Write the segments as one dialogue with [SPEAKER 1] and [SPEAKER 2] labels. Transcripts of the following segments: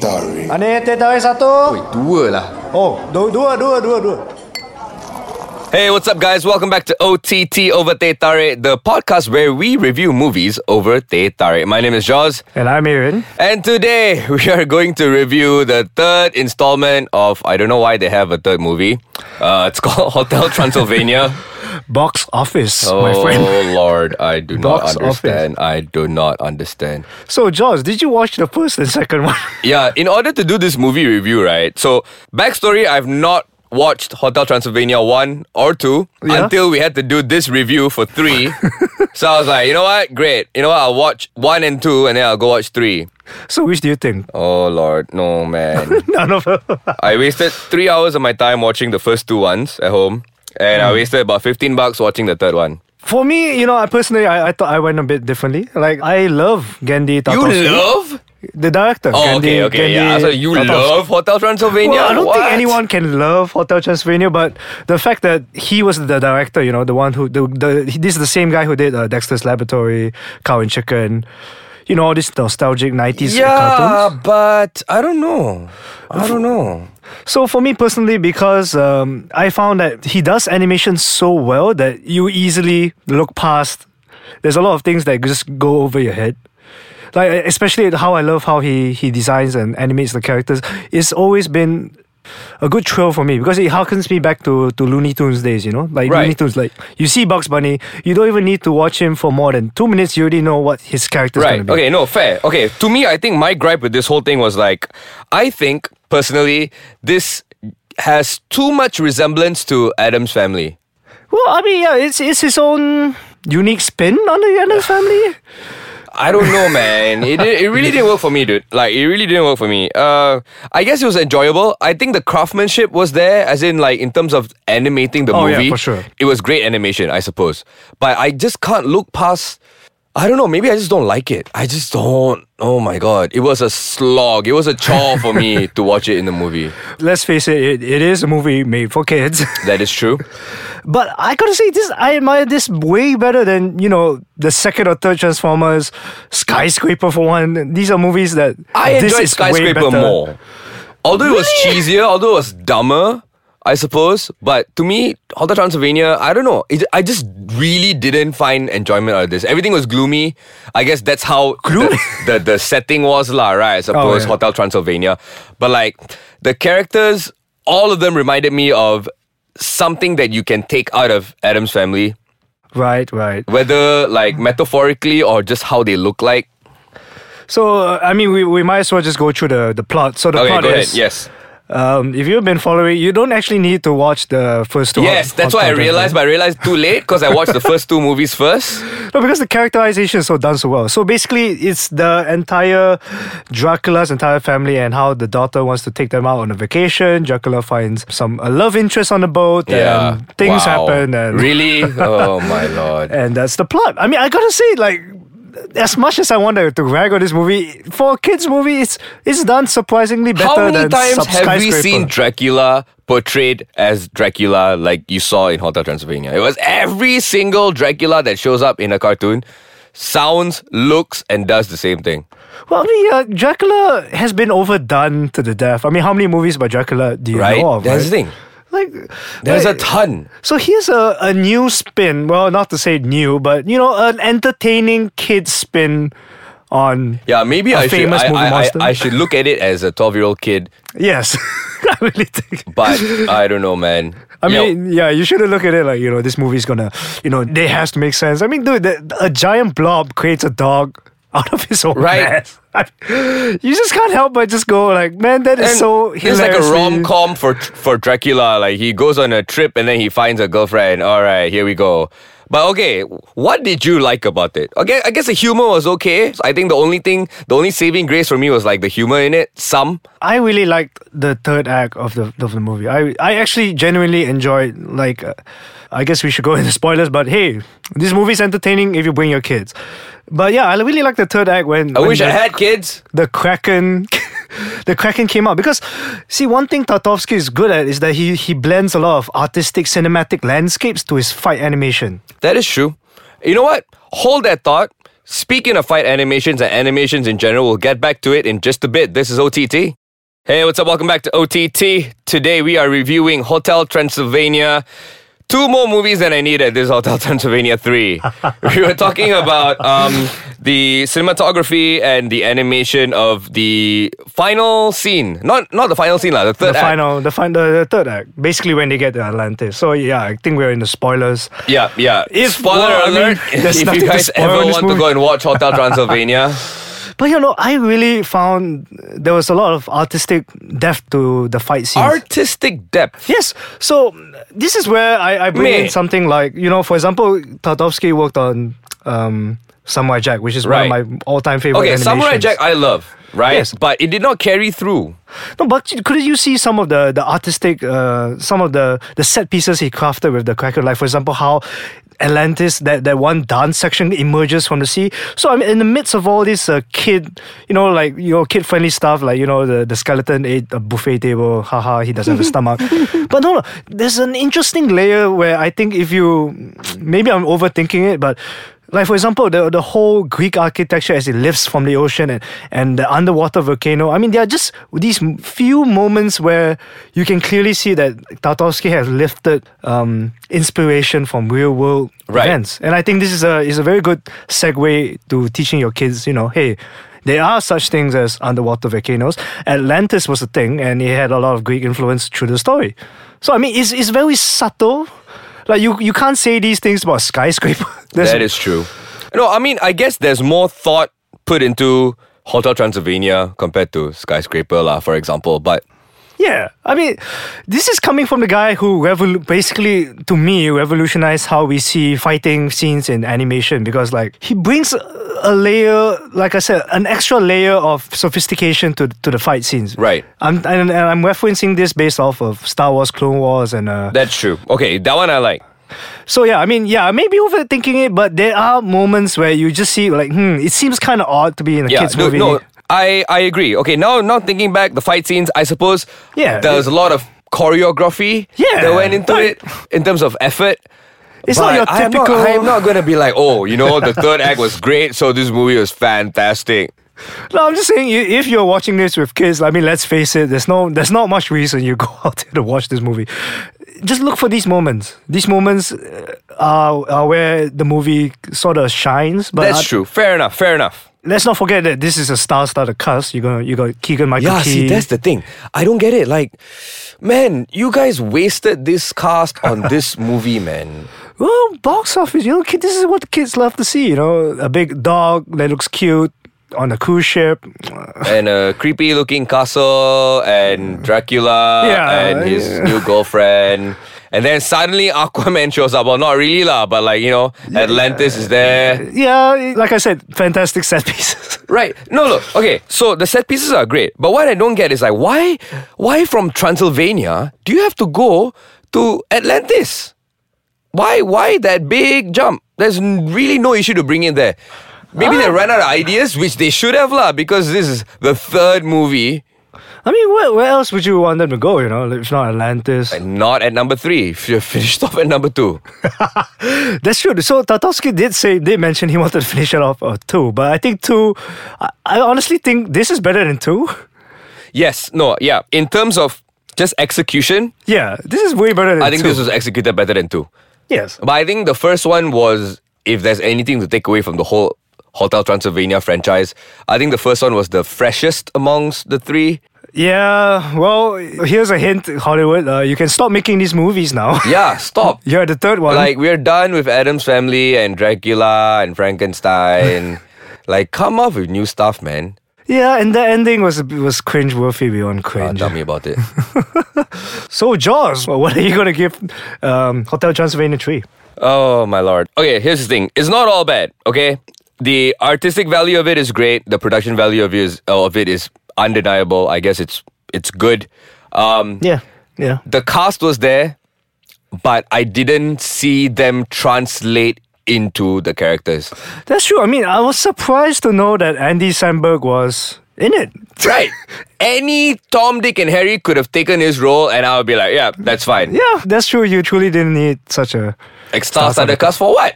[SPEAKER 1] Manis teh tarik satu.
[SPEAKER 2] Oi, dua lah.
[SPEAKER 1] Oh, dua, dua, dua, dua, dua.
[SPEAKER 3] Hey, what's up, guys? Welcome back to OTT Over Te Tare, the podcast where we review movies over Te Tare. My name is Jaws,
[SPEAKER 1] And I'm Aaron.
[SPEAKER 3] and today we are going to review the third installment of I don't know why they have a third movie. Uh, it's called Hotel Transylvania.
[SPEAKER 1] Box office,
[SPEAKER 3] oh
[SPEAKER 1] my friend.
[SPEAKER 3] Lord, I do not
[SPEAKER 1] Box office.
[SPEAKER 3] understand. I do not understand.
[SPEAKER 1] So, Jaws, did you watch the first and second one?
[SPEAKER 3] Yeah, in order to do this movie review, right? So, backstory I've not watched Hotel Transylvania 1 or 2
[SPEAKER 1] Yeah.
[SPEAKER 3] until we had to do this review for 3. so, I was like, you know what? Great. You know what? I'll watch 1 and 2 and then I'll go watch 3.
[SPEAKER 1] so, which do you think?
[SPEAKER 3] Oh, Lord. No, man.
[SPEAKER 1] None of them.
[SPEAKER 3] I wasted 3 hours of my time watching the first two ones at home. And
[SPEAKER 1] Hmm.
[SPEAKER 3] I wasted about 15 bucks watching the third one.
[SPEAKER 1] For me, you know, I personally, I, I thought I went a bit differently. Like, I love Gandhi Tarkovsky.
[SPEAKER 3] You love?
[SPEAKER 1] The director.
[SPEAKER 3] Oh,
[SPEAKER 1] Gandhi,
[SPEAKER 3] okay,
[SPEAKER 1] Gandhi
[SPEAKER 3] okay. yeah. So, you
[SPEAKER 1] Tarkovsky.
[SPEAKER 3] love Hotel Transylvania?
[SPEAKER 1] Well, I don't
[SPEAKER 3] What?
[SPEAKER 1] think anyone can love Hotel Transylvania, but the fact that he was the director, you know, the one who the, the he- this is the same guy who did uh, Dexter's Laboratory, Cow and Chicken, you know, all these nostalgic '90s
[SPEAKER 3] Yeah,
[SPEAKER 1] cartoons.
[SPEAKER 3] but I don't know. I don't know.
[SPEAKER 1] So for me personally, because um, I found that he does animation so well that you easily look past. There's a lot of things that just go over your head. Like e-, especially how I love how he he designs and animates the characters. It's always been a good thrill for me because it harkens me back to to Looney Tunes days. You know, like
[SPEAKER 3] Right.
[SPEAKER 1] Looney Tunes. Like you see Bugs Bunny, you don't even need to watch him for more than two minutes. You already know what his character's
[SPEAKER 3] Right.
[SPEAKER 1] gonna be.
[SPEAKER 3] Okay, no, fair. Okay, to me, I think my gripe with this whole thing was like, I think personally, this has too much resemblance to Adam's family.
[SPEAKER 1] Well, I mean, yeah, it's it's his own unique spin on the Adams family.
[SPEAKER 3] I don't know, man. It, did, it really didn't work for me, dude. Like, it really didn't work for me. Uh, I guess it was enjoyable. I think the craftsmanship was there, as in, like, in terms of animating the
[SPEAKER 1] Oh, yeah,
[SPEAKER 3] movie.
[SPEAKER 1] for sure.
[SPEAKER 3] It was great animation, I suppose. But I just can't look past. I don't know. Maybe I just don't like it. I just don't. Oh my god! It was a slog. It was a chore for me to watch it in the movie.
[SPEAKER 1] let's face it, it, it is a movie made for kids.
[SPEAKER 3] That is true.
[SPEAKER 1] but I gotta say, this I admire this way better than you know the second or third Transformers, Skyscraper for one. These are movies that
[SPEAKER 3] I
[SPEAKER 1] this
[SPEAKER 3] enjoyed
[SPEAKER 1] is way
[SPEAKER 3] Skyscraper
[SPEAKER 1] better.
[SPEAKER 3] more. Although it was cheesier, although it was dumber, I suppose. But to me, Hotel Transylvania, I don't know. It, I just really didn't find enjoyment out of this. Everything was gloomy. I guess that's how gloomy? The, the, the setting was, lah, right? I suppose
[SPEAKER 1] Oh, yeah.
[SPEAKER 3] Hotel Transylvania. But like the characters, all of them reminded me of something that you can take out of Adam's family,
[SPEAKER 1] Right, right.
[SPEAKER 3] whether like metaphorically or just how they look like.
[SPEAKER 1] So uh, I mean, we, we might as well just go through the the plot. So the
[SPEAKER 3] Okay,
[SPEAKER 1] plot
[SPEAKER 3] go ahead.
[SPEAKER 1] is
[SPEAKER 3] Yes.
[SPEAKER 1] um, if you've been following, you don't actually need to watch the first two.
[SPEAKER 3] Yes,
[SPEAKER 1] Hot-
[SPEAKER 3] that's
[SPEAKER 1] Hot
[SPEAKER 3] what I
[SPEAKER 1] Topic,
[SPEAKER 3] realized,
[SPEAKER 1] right?
[SPEAKER 3] but I realized too late because I watched the first two movies first.
[SPEAKER 1] No, because the characterization is so done so well. So basically, it's the entire Dracula's entire family and how the daughter wants to take them out on a vacation. Dracula finds some a love interest on the boat, and things
[SPEAKER 3] Wow.
[SPEAKER 1] happen, and
[SPEAKER 3] really, oh my lord.
[SPEAKER 1] and that's the plot. I mean, I gotta say, like. As much as I wanted to rag on this movie, for a kids' movie, it's it's done surprisingly better
[SPEAKER 3] How many
[SPEAKER 1] than
[SPEAKER 3] times
[SPEAKER 1] Sub-
[SPEAKER 3] have we
[SPEAKER 1] Skyscraper.
[SPEAKER 3] seen Dracula portrayed as Dracula like you saw in Hotel Transylvania? It was every single Dracula that shows up in a cartoon sounds, looks, and does the same thing.
[SPEAKER 1] Well, I mean, uh, Dracula has been overdone to the death. I mean, how many movies by Dracula do you
[SPEAKER 3] Right?
[SPEAKER 1] know of?
[SPEAKER 3] That's the
[SPEAKER 1] right?
[SPEAKER 3] thing.
[SPEAKER 1] Like,
[SPEAKER 3] There's
[SPEAKER 1] like,
[SPEAKER 3] a ton.
[SPEAKER 1] So here's a, a new spin. Well, not to say new, but you know, an entertaining kid spin on
[SPEAKER 3] Yeah, maybe
[SPEAKER 1] A
[SPEAKER 3] I should
[SPEAKER 1] famous
[SPEAKER 3] I,
[SPEAKER 1] movie
[SPEAKER 3] I- I-
[SPEAKER 1] monster.
[SPEAKER 3] I should look at it as a twelve year old kid,
[SPEAKER 1] yes. I really think.
[SPEAKER 3] but I don't know, man.
[SPEAKER 1] I
[SPEAKER 3] Yeah,
[SPEAKER 1] mean, yeah, you shouldn't look at it like you know this movie's gonna, you know, they has to make sense. I mean, dude, the, a giant blob creates a dog out of his own
[SPEAKER 3] Right.
[SPEAKER 1] ass. I- you just can't help but just go like, man, that is
[SPEAKER 3] And
[SPEAKER 1] so
[SPEAKER 3] it's like a
[SPEAKER 1] hilariously-
[SPEAKER 3] rom com for for Dracula. Like he goes on a trip and then he finds a girlfriend. All right, here we go. But okay, what did you like about it? Okay, I guess the humor was okay. I think the only thing, the only saving grace for me was like the humor in it. Some
[SPEAKER 1] I really liked the third act of the of the movie. I I actually genuinely enjoyed. Like, uh, I guess we should go into spoilers, but hey, this movie's entertaining if you bring your kids. But yeah, I really like the third act when
[SPEAKER 3] I
[SPEAKER 1] when
[SPEAKER 3] wish I
[SPEAKER 1] the-
[SPEAKER 3] had kids.
[SPEAKER 1] the Kraken. The Kraken came out because, see, one thing Tartovsky is good at is that he he blends a lot of artistic cinematic landscapes to his fight animation.
[SPEAKER 3] That is true. You know what? Hold that thought. Speaking of fight animations and animations in general, we'll get back to it in just a bit. This is OTT. Hey, what's up? Welcome back to OTT. Today we are reviewing Hotel Transylvania. Two more movies than I need at this Hotel Transylvania 3. we were talking about um, the cinematography and the animation of the final scene. Not not the final scene, lah, the
[SPEAKER 1] The
[SPEAKER 3] third act.
[SPEAKER 1] final, the, fin- the the third act, basically when they get to Atlantis. So yeah, I think we're in the spoilers.
[SPEAKER 3] Yeah, yeah.
[SPEAKER 1] If- well,
[SPEAKER 3] Spoiler
[SPEAKER 1] I mean,
[SPEAKER 3] alert,
[SPEAKER 1] there's
[SPEAKER 3] if
[SPEAKER 1] nothing
[SPEAKER 3] you
[SPEAKER 1] to
[SPEAKER 3] guys
[SPEAKER 1] spoil
[SPEAKER 3] ever
[SPEAKER 1] in this
[SPEAKER 3] want to go
[SPEAKER 1] movie.
[SPEAKER 3] and watch Hotel Transylvania,
[SPEAKER 1] But you know, I really found there was a lot of artistic depth to the fight scenes.
[SPEAKER 3] artistic depth.
[SPEAKER 1] Yes. So this is where I, I bring in
[SPEAKER 3] Mate.
[SPEAKER 1] something like, you know, for example, Tartovsky worked on um, Samurai Jack, which is one of
[SPEAKER 3] Right.
[SPEAKER 1] my all time favorite
[SPEAKER 3] Okay,
[SPEAKER 1] animations.
[SPEAKER 3] Samurai Jack I love, right?
[SPEAKER 1] Yes.
[SPEAKER 3] But it did not carry through.
[SPEAKER 1] No, but couldn't you see some of the, the artistic, uh, some of the, the set pieces he crafted with the cracker? Like, for example, how Atlantis, that, that one dance section emerges from the sea. So, I mean, in the midst of all this uh, kid, you know, like, you know, kid friendly stuff, like, you know, the, the skeleton ate a buffet table, haha, he doesn't have a stomach. But no, no, there's an interesting layer where I think if you, maybe I'm overthinking it, but like for example, the the whole Greek architecture as it lifts from the ocean and, and the underwater volcano. I mean, there are just these m- few moments where you can clearly see that Tartovsky has lifted um, inspiration from real world
[SPEAKER 3] Right.
[SPEAKER 1] events. And I think this is a is a very good segue to teaching your kids. You know, hey. There are such things as underwater volcanoes. Atlantis was a thing, and it had a lot of Greek influence through the story. So I mean, it's, it's very subtle. Like you, you can't say these things about skyscraper. There's-
[SPEAKER 3] that is true. No, I mean, I guess there's more thought put into Hotel Transylvania compared to Skyscraper, lah, for example. But
[SPEAKER 1] Yeah, I mean, this is coming from the guy who revol- basically, to me, revolutionized how we see fighting scenes in animation because, like, he brings a- a layer, like I said, an extra layer of sophistication to to the fight scenes.
[SPEAKER 3] Right.
[SPEAKER 1] I'm and, and I'm referencing this based off of Star Wars, Clone Wars, and uh,
[SPEAKER 3] that's true. Okay, that one I like.
[SPEAKER 1] so yeah, I mean, yeah, I may be overthinking it, but there are moments where you just see like, hmm, it seems kind of odd to be in a
[SPEAKER 3] Yeah,
[SPEAKER 1] kids
[SPEAKER 3] no,
[SPEAKER 1] movie.
[SPEAKER 3] no, I I agree. Okay, now now thinking back, the fight scenes, I suppose.
[SPEAKER 1] Yeah.
[SPEAKER 3] there was a lot of choreography.
[SPEAKER 1] Yeah,
[SPEAKER 3] that went into
[SPEAKER 1] like-
[SPEAKER 3] it in terms of effort.
[SPEAKER 1] It's not
[SPEAKER 3] But
[SPEAKER 1] your
[SPEAKER 3] I'm not-
[SPEAKER 1] typical-
[SPEAKER 3] I'm not gonna be like, oh, you know, the third act was great, so this movie was fantastic.
[SPEAKER 1] No, I'm just saying i- if you're watching this with kids, I mean, let's face it, there's no, there's not much reason you go out there to watch this movie. Just look for these moments. These moments uh, are, are where the movie sort of shines. But
[SPEAKER 3] That's
[SPEAKER 1] I-
[SPEAKER 3] true. Fair enough. Fair enough.
[SPEAKER 1] let's not forget that this is a star-studded cast. You got you got Keegan Michael
[SPEAKER 3] Yeah,
[SPEAKER 1] Key.
[SPEAKER 3] see, that's the thing. I don't get it. Like, man, you guys wasted this cast on this movie, man.
[SPEAKER 1] well, box office. You know, kid, this is what the kids love to see. You know, a big dog that looks cute on a cruise ship.
[SPEAKER 3] And a creepy looking castle, and Dracula,
[SPEAKER 1] Yeah,
[SPEAKER 3] and his
[SPEAKER 1] yeah.
[SPEAKER 3] new girlfriend. And then suddenly Aquaman shows up. Well, not really, lah, but like, you know, Atlantis is there.
[SPEAKER 1] Yeah, like I said, fantastic set pieces.
[SPEAKER 3] Right. No, look. Okay, so the set pieces are great. But what I don't get is like, why, why from Transylvania do you have to go to Atlantis? Why why that big jump? There's n- really no issue to bring in there. Maybe they ran out of ideas, which they should have lah, because this is the third movie
[SPEAKER 1] I mean, where, where else would you want them to go? You know, if not Atlantis.
[SPEAKER 3] and not at number three. If you finished off at number two.
[SPEAKER 1] That's true. So Tartovsky did say did mention he wanted to finish it off uh, two, but I think two. I, I honestly think this is better than two.
[SPEAKER 3] Yes, no, yeah. In terms of just execution,
[SPEAKER 1] Yeah, this is way better than
[SPEAKER 3] I think
[SPEAKER 1] two.
[SPEAKER 3] this was executed better than two.
[SPEAKER 1] yes.
[SPEAKER 3] But I think the first one was, if there's anything to take away from the whole Hotel Transylvania franchise, I think the first one was the freshest amongst the three.
[SPEAKER 1] Yeah. Well, here's a hint, Hollywood. Uh, you can stop making these movies now.
[SPEAKER 3] Yeah, stop.
[SPEAKER 1] You're the third one.
[SPEAKER 3] Like we're done with Adam's family and Dracula and Frankenstein. like come up with new stuff, man.
[SPEAKER 1] yeah, and the ending was was cringe worthy beyond
[SPEAKER 3] Uh,
[SPEAKER 1] cringe.
[SPEAKER 3] tell me about it.
[SPEAKER 1] so Jaws, well, what are you gonna give um, Hotel Transylvania three?
[SPEAKER 3] oh my lord. Okay, here's the thing. It's not all bad. Okay, the artistic value of it is great. The production value of it is of it is undeniable. I guess it's it's good. Um,
[SPEAKER 1] Yeah. Yeah.
[SPEAKER 3] the cast was there, but I didn't see them translate into the characters.
[SPEAKER 1] That's true. I mean, I was surprised to know that Andy Samberg was in it.
[SPEAKER 3] Right. Any Tom, Dick, and Harry could have taken his role, and I would be like, yeah, that's fine.
[SPEAKER 1] Yeah, that's true. You truly didn't need such a.
[SPEAKER 3] Like, star studded cast for what?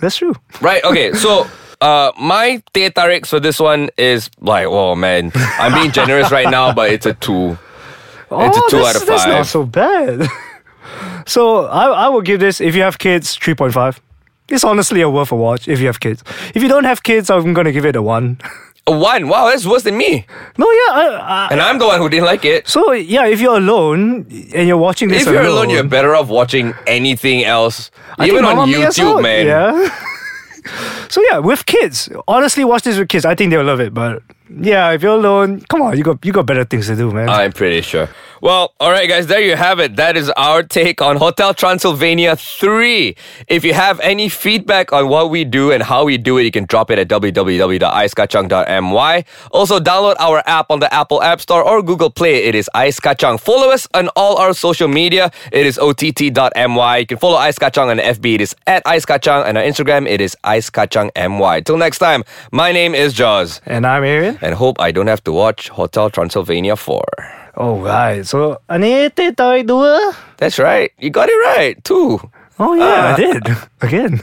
[SPEAKER 1] That's true.
[SPEAKER 3] Right, okay, so uh, my teh tarik for this one is like, oh man, I'm being generous right now, but it's a two. It's a
[SPEAKER 1] oh,
[SPEAKER 3] two
[SPEAKER 1] that's,
[SPEAKER 3] out of
[SPEAKER 1] That's not
[SPEAKER 3] five.
[SPEAKER 1] so bad. so I, I will give this, if you have kids, 3.5. It's honestly a worth a watch if you have kids. If you don't have kids, I'm going to give it a 1.
[SPEAKER 3] A one. Wow, that's worse than me.
[SPEAKER 1] No, yeah. I, I,
[SPEAKER 3] And I'm the one who didn't like it.
[SPEAKER 1] so, yeah, if you're alone and you're watching this
[SPEAKER 3] If you're alone, you're better off watching anything else, even
[SPEAKER 1] think
[SPEAKER 3] on
[SPEAKER 1] Mamma Mia's
[SPEAKER 3] YouTube,
[SPEAKER 1] out,
[SPEAKER 3] man.
[SPEAKER 1] Yeah. so yeah, with kids, honestly, watch this with kids. I think they'll love it. But yeah, if you're alone, come on, you got you got better things to do, man.
[SPEAKER 3] I'm pretty sure. Well, all right, guys, there you have it. That is our take on Hotel Transylvania 3. If you have any feedback on what we do and how we do it, you can drop it at www.icekachang.my. Also, download our app on the Apple App Store or Google Play. It is Ice Kachang. Follow us on all our social media. It is ott.my. You can follow Ice Kachang on FB. It is at Ice Kachang. And on Instagram, it is Ice Kachang MY. Till next time, my name is Jaws.
[SPEAKER 1] and I'm Arian.
[SPEAKER 3] And hope I don't have to watch Hotel Transylvania 4.
[SPEAKER 1] All right. Oh, So ani teh tarik dua.
[SPEAKER 3] That's right. You got it right, too.
[SPEAKER 1] Oh yeah, I did again.